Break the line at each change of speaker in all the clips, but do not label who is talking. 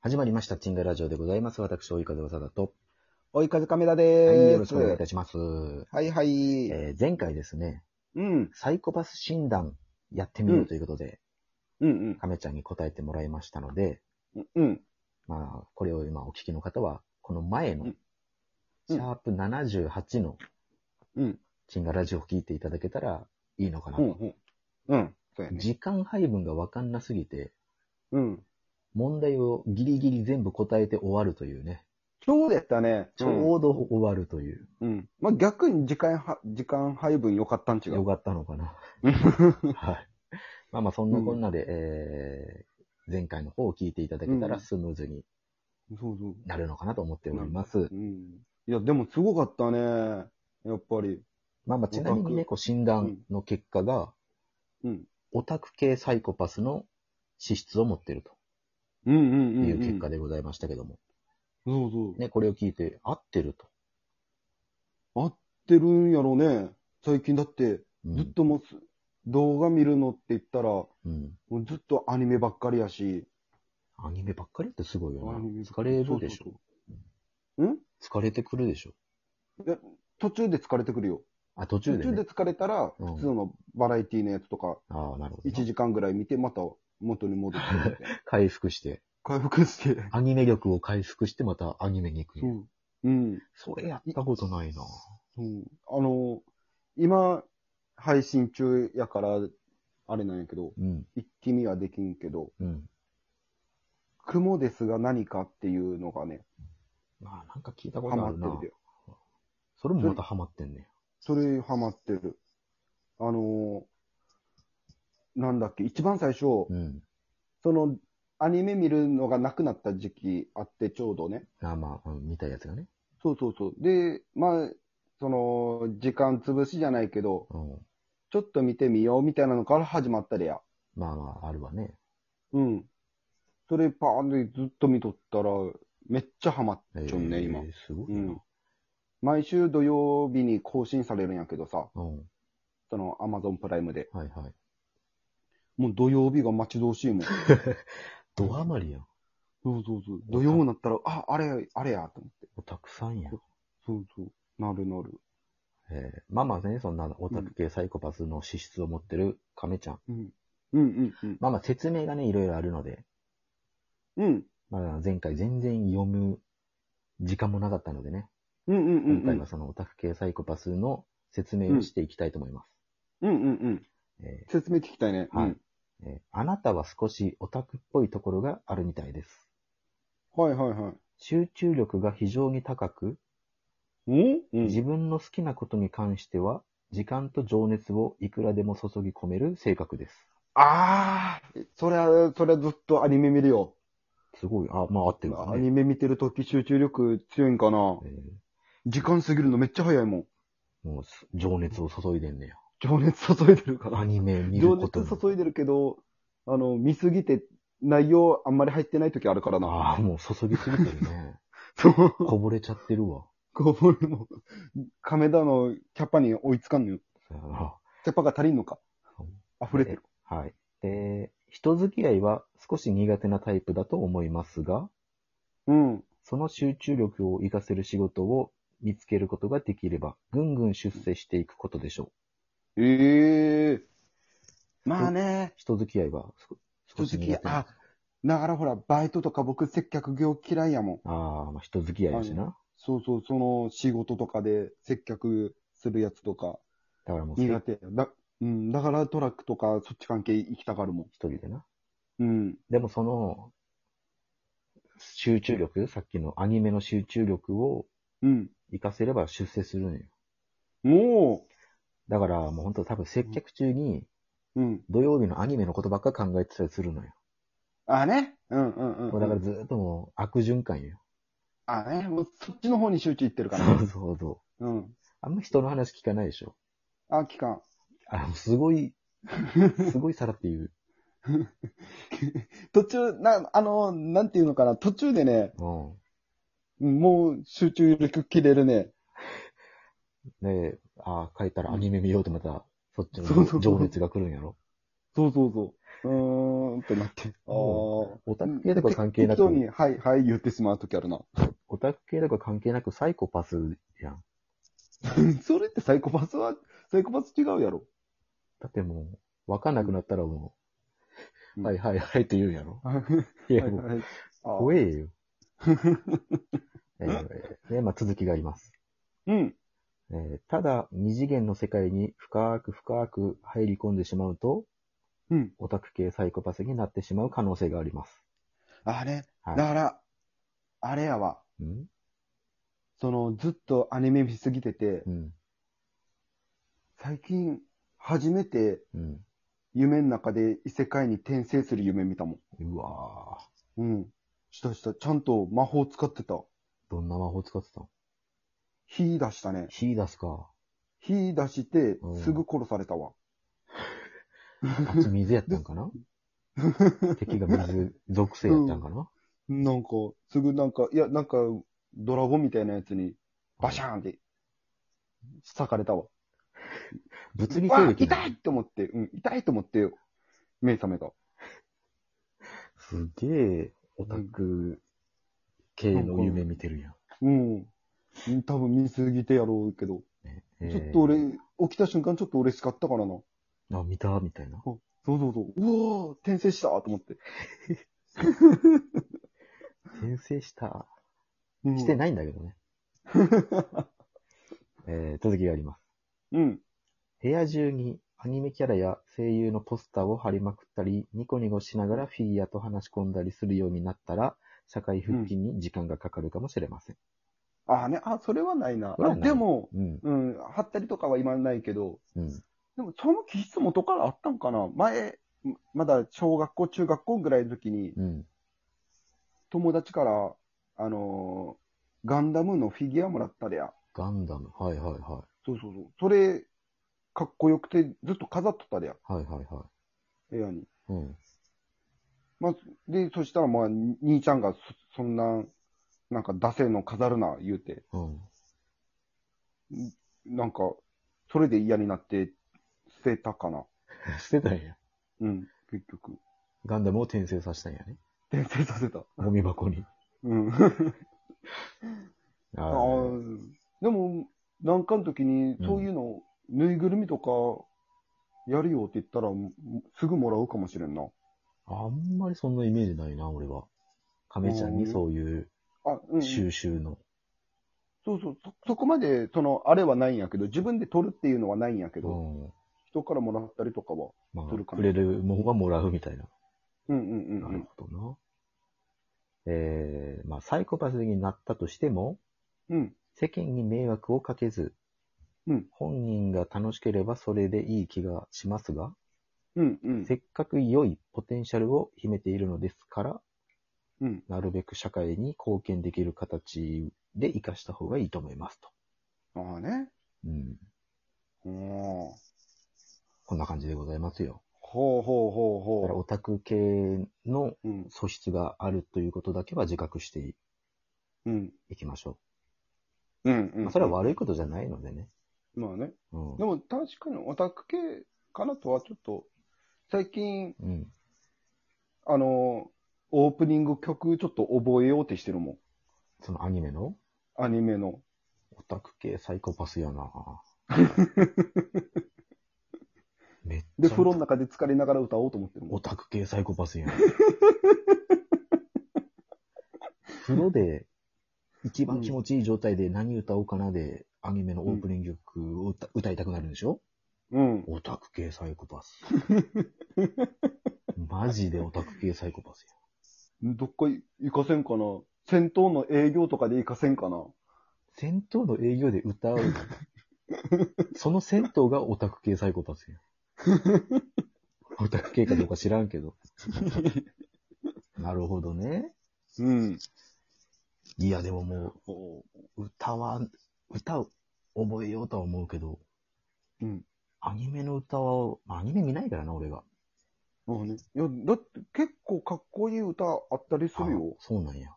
始まりました、チンガラジオでございます。私、追い風わさだと。
追い風亀田
は
でーす。
い、よろしくお願いいたします。
はいはい
えー前回ですね、
うん。
サイコパス診断やってみようということで、
うん
亀ちゃんに答えてもらいましたので、
うん。うん。
まあ、これを今お聞きの方は、この前の
うん、
シャープ78の
うん。
チンガラジオを聞いていただけたらいいのかな
う
と。
ん。うん。そうやね。
時間配分がわかんなすぎて、
うん。
問題をギリギリ全部答えて終わるというね、
ちょうどやったね。
ちょうど終わるという、
うん。うん。まあ、逆に時間は、時間配分良かったん違
よ
う。
かったのかな。
うん
はい。まあまあ、そんなこんなで、えー、前回の方を聞いていただけた
う
ら
ん
スムーズに
そうそう。
なるのかなと思っております。
うん。いや、でもすごかったね。やっぱり。
まあまあ、ちなみに
オタ
ね、
ク
こう診断の結果が、
うん。
オタク系サイコパスの資質を持っている
うんうん
と
うん、うん。
いう結果でございましたけども、
そうそう。
ね、これを聞いて合ってると。
合ってるんやろうね。最近だって、
う
ずっ
ん。
ともうす、動画見るのって言ったら、も
うん。
うずっとアニメばっかりやし。
アニメばっかりってすごいよな。
アニメばっ
疲
かり
れるでしょ
そう。そうそう。ん
疲れてくるでしょ。
途中で疲れてくるよ。
あ、途中
途
で、
中で
ね。
疲れたら、
うん
普通のバラエティのやつとか、
ああ、なるほどな。
1時間ぐらい見て、また元に戻って くる。
回復して、
回復して。
アニメ力を回復してまたアニメに行く
そ
の。
う。うん。
それやったことないな。
そうあの、今、配信中やから、あれなんやけど、
うん。
一気見はできんけど、
うん。
雲ですが何かっていうのがね、
まあ、なんか聞いたこ
ハ
とあ
マっ
る
て
な
る。で。
それもまたハマってんね。
それハマってる。あの、なんだっけ、一番最初、
うん。
その、アニメ見るのがなくなった時期あって、ちょうどね。
あまあ、うん見たやつがね。
そうそうそう。で、まあ、その、時間潰しじゃないけど、
うん。
ちょっと見てみようみたいなのから始まったりや。
まあまあ、あるわね。
うん。それパーンでずっと見とったら、めっちゃハマっ
え
ちゃうね、
ー
今。
すごいうな。
ん。毎週土曜日に更新されるんやけどさ、
うん。
その Amazon プライムで。
はいはい。
もう土曜日が待ち遠しいもん。そう
ドハマりやん。
そうそう。土曜になったら、あ、あれ、あれや、と思って。
オタクさんやん。
そうそう。なるなる。
えーまあまあね、そんなオタク系サイコパスの資質を持ってる亀ちゃん。
うん。うんうんうん。
まあまあ、説明がね、いろいろあるので、
うん。
まあ前回全然読む時間もなかったのでね、
うんう
今
んうんう
回
ん
は。そのオタク系サイコパスの説明をしていきたいと思います。
うんうんうん。
えー
説明聞きたいね。
はいえーあなたは少しオタクっぽいところがあるみたいです。
うんはいはいはい。
集中力が非常に高く、
うんうん。
自分の好きなことに関しては、時間と情熱をいくらでも注ぎ込める性格です。
ああ、そりゃ、そりゃずっとアニメ見るよ。
すごい、あ、まあ合ってるわ
ア
ね。
ニメ見てるとき集中力強いんかな。
え
時間過ぎるのめっちゃ早いもん。
ーもうす、情熱を注いでんねや。
情熱注いでるか
ア
ら。
ニメ見
情
ること
熱
に。
注いでるけど、あの、見すぎて内容あんまり入ってないときあるからな。
ああ、もう注ぎすぎてる ね。
そう。
こぼれちゃってるわ。
こぼれも、亀田のキャパに追いつかんのよ。
さよ
キャパが足りんのか
そう。
溢れてる。
ならはい。で、人付き合いは少し苦手なタイプだと思いますが、
うん。
その集中力を活かせる仕事を見つけることができれば、ぐんぐん出世していくことでしょう。
ええまあね。
人付き合いは少
人
少し
付
苦
き合い
手、な。
あ、だからほら、バイトとか僕接客業嫌いやもん。
ああ、まあ、人付き合いだしな。
そうそう、その仕事とかで接客するやつとか
だからもうせ
苦
一
手や。だ、うん、だからトラックとかそっち関係行きたがるもん。
人でな。
うん。
でもその、集中力、さっきのアニメの集中力を
うん。
活かせれば出世するのよ。
も
だからもう本当多分接客中に
う、うん。
土曜日のアニメのことばっか考えてたりするのよ。
あね。うんうんうん。
もうだからずーっともう悪循環よ。
あね。もうそっちの方に集中いってるか
そ
ら。
うそうそう。
うん。あ
あんま人の話聞かないでしょ。、
期間。
あの、すご い、すごいさらって言う。
途中、な、あの、なんていうのかな。途中でね、
うん。
もう集中力切れるね。
で、ああ、帰ったらアニメ見ようとまた、そっち
そうそうそ
の
う
情熱が来るんやろ。
そうそうそう。うーんってなって。あ
も
あ。
オタク系とか関係なく
適当に、はい、はい、言ってしまうときあるな。
オタク系とか関係なくサイコパスやん。
それってサイコパスは、サイコパス違うやろ。
だってもう、わかんなくなったらもう、
うん
はいはいはいって言うんやろ。
はい
や、もう、
い。
怖
い。
えよ。えーで、まあ続きがあります。
うん。
えーただ、二次元の世界に深く深く入り込んでしまうと、
うん。
オタク系サイコパスになってしまう可能性があります。
あれ、
は
だ
い
から、あれやわ。
うん
その、ずっとアニメ見すぎてて
う、ん。
最近、初めて
うん。
夢の中で異世界に転生する夢見たも
うわぁ。
ん。うん。したした。ちゃんと魔法使ってた。
どんな魔法使ってたの
火出したね。
火出すか。
火出して
うん、
すぐ殺されたわ。
あっち水やったんか な敵が水属性やったんかな、
なんか、すぐなんか、いや、なんか、ドラゴンみたいなやつに、バシャーンって、裂かれたわ。
物理
わあ
攻撃なの
痛いと思って、うん、痛いと思って、目覚めた。
すげえ、オタク系の夢見てるやん。
うん。多分見すぎてやろうけど。
えー
ちょっと俺、起きた瞬間ちょっと嬉しかったからな。そう
あ、見たみたいな。
そうそう。うわー転生したと思って。
転生した。
うん、
して
い。
ないんだけどね。えー、続きがあります。
うん。
部屋中にアニメキャラや声優のポスターを貼りまくったり、ニコニコしながらフィギュアと話し込んだりするようになったら、社会復帰に時間がかかるかもしれません。
ああね、あ、それはないな。
それは
あ
ない
でも、
うん、
うん、貼ったりとかは今ないけど、
うん。
でもその気質元からあったんかな前、まだ小学校、中学校ぐらいの時に、
うん。
友達から、あのーガンダムのフィギュアもらったでや。
ガンダム。はいはいは
そうそうそう。それ、かっこよくて、ずっと飾っとったでや、
い。はいはいは
部屋に。
い。うん。
で、そしたら、まあ、に兄ちゃんがそ、そんな、なんか、ダセーの飾るな、言うて、
うん。
なんか、それで嫌になって、捨てたかな。
してたんや。
うん、結局。
ガンダムを転生させたんやね。
転生させた。
ゴミ箱に。
うん。
あ
あ
ー
ーでも、なんかの時に、そういうの、ぬいぐるみとか、やるよって言ったら、もすぐもらうかもしれんな。
あんまりそんなイメージないな、俺は。亀ちゃんにそういう
あ、うん。そう
収集の。
そう、そ、そこまで、その、あれはないんやけど、自分で取るっていうのはないんやけ
う
ど、
ん。
人からもらったりとかは。
まあ、
するか
く
な
れるもんはもらうみたいな。
うんうんうん
な
う
る
ん。
ほどな。えー、まあ、サイコパスになったとしても、
うん。
世間に迷惑をかけず、
うん
本人が楽しければそれでいい気がしますが、
うんうん。
せっかく良いポテンシャルを秘めているのですから、
うん。
なるべく社会に貢献できる形で活かした方がいいと思いますと。
ああね。
うん。
うん。
こんな感じでございますよ。
ほうほうほう
だから
ほ
オタク系の
う。うん。
素質があるということだけは自覚して
うん。
いきましょ
うん
う。
う
まあ
ん。
それは悪いことじゃないのでね。
まあね。
うん
で。も確かにオタク系かなとはちょっと、最近、
うん。
あの、オープニング曲ちょっと覚えようってしてるもん。
そのアニメの
アニメの。
オタク系サイコパスや なめっ
で、
ちゃ
風呂の中で疲れながら歌おうと思ってるも
オ
ん。
タク系サイコパスやん。 風呂で一番気持ちいい状態で何歌おうかなでアニメのオープニング曲を歌,、歌いたくなるんでしょ
うん。
オタク系サイコパ ス。マジでオタク系サイコパス
どっか行かせんかな。戦闘の営業とかで行かせんかな。
やん。銭湯の営業で歌う。その銭湯がオタク系サイコパス やん。オタク系かどうか知らんけど。なるほどね。
うん。
いや、でももう、歌は、歌を覚えようとは思うけど、
うん。
アニメの歌は、まあアニメ見ないからな、俺が。
まあね。いや、だって結構かっこいい歌あったりする
あ。
よ
そうなんや。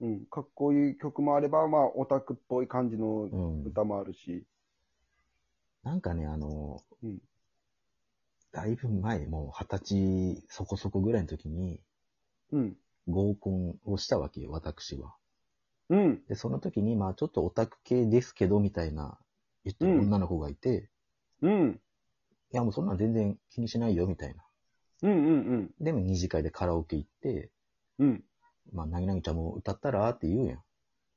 うん。かっこいい曲もあれば、まあ、オタクっぽい感じの
うん。
歌もあるし。
なんかね、あの、
うん
だいぶ前、もう二十歳そこそこぐらいの時に
うん。
合コンをしたわけよ、私は。
うん。
で、その時に、まあちょっとオタク系ですけど、みたいな言ってる女の子がいて、い
うん。
やもうそんなん全然気にしないよ、みたいな。
うんうん
でも二次会でカラオケ行って、
うん。うん。
まあ、なぎなぎちゃんも歌ったらって言うやん。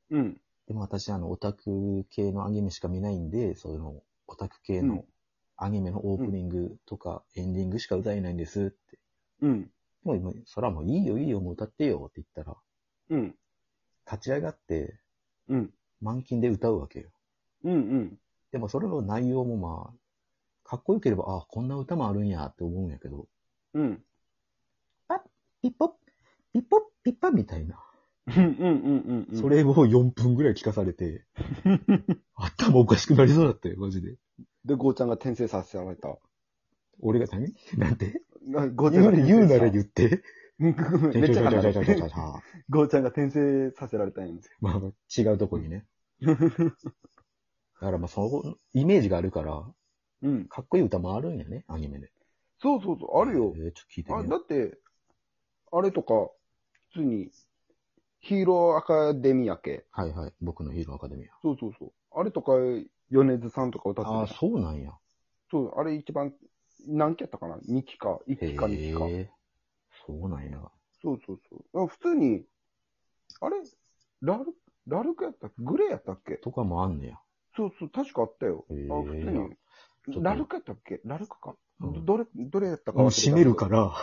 うん。
でも私、あの、オタク系のアニメしか見ないんで、その、オタク系
う
の
ん。
アニメのオープニングとかエンディングしか歌えないんですって。
うん。
もう、もうそらもういいよいいよ、もう歌ってよって言ったら、
うん。
立ち上がって
うん。
満勤で歌うわけよ。
うん。
でもそれの内容もまあ、かっこよければ、ああ、こんな歌もあるんやって思うんやけど、
うん。
ピッポッ、ピッポッ、ピッパみたいな。
うんうんうんうん。
そ。れを4分ぐらい聞かされて、 頭おかしくなりそうだったよ、マジで。
で、ゴーちゃんが転生させられた。
俺が何なんて
なゴーちゃ
言
んが
う
転生
言うなら
う。
言って。
うんめっちゃ
ちょ
離
ち
れ
ょちょちょち
て
ょちょ
ゴーちゃんが転生させられたんやん。
まあ、違うとこ にね。だからまあ、そのイメージがあるから、
うん。
かっこいい歌もあるんやね、アニメで。
そうそうそう、あるよ。
えーちょっと聞いて
あ
み
だ
よう。
って、あれとか、普通に、ヒーローアカデミア系。
はいはい、僕のヒーローアカデミア。
そうそうそう。あれとか、米津さんとか歌ってた
ああ、そうなんや。
そう、あれ一番、何期やったかな ?2 期か、1
へ
期か2期か。
え。そうなんや。
そうそうそう。あ普通に、あれラル、ラルクやったっけグレーやったっけ
とかもあんねや。
そうそう、確かあったよ。
へえ
あ、普通
ちょっと
に。ラルクやったっけラルクか。
うん
どれ、どれやったか忘れた。
もう閉めるか。ら。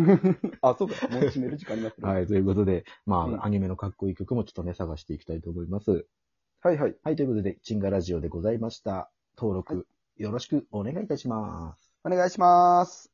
あ、そうか。もう閉める時間になってる。
はい、ということで、ま
うん
あ、アニメのかっこいい曲もちょっとね、探していきたいと思います。
はいはい。
はい、ということで、チンガラジオでございました。登
は
録、よろしくお願いいたします。
お願いします。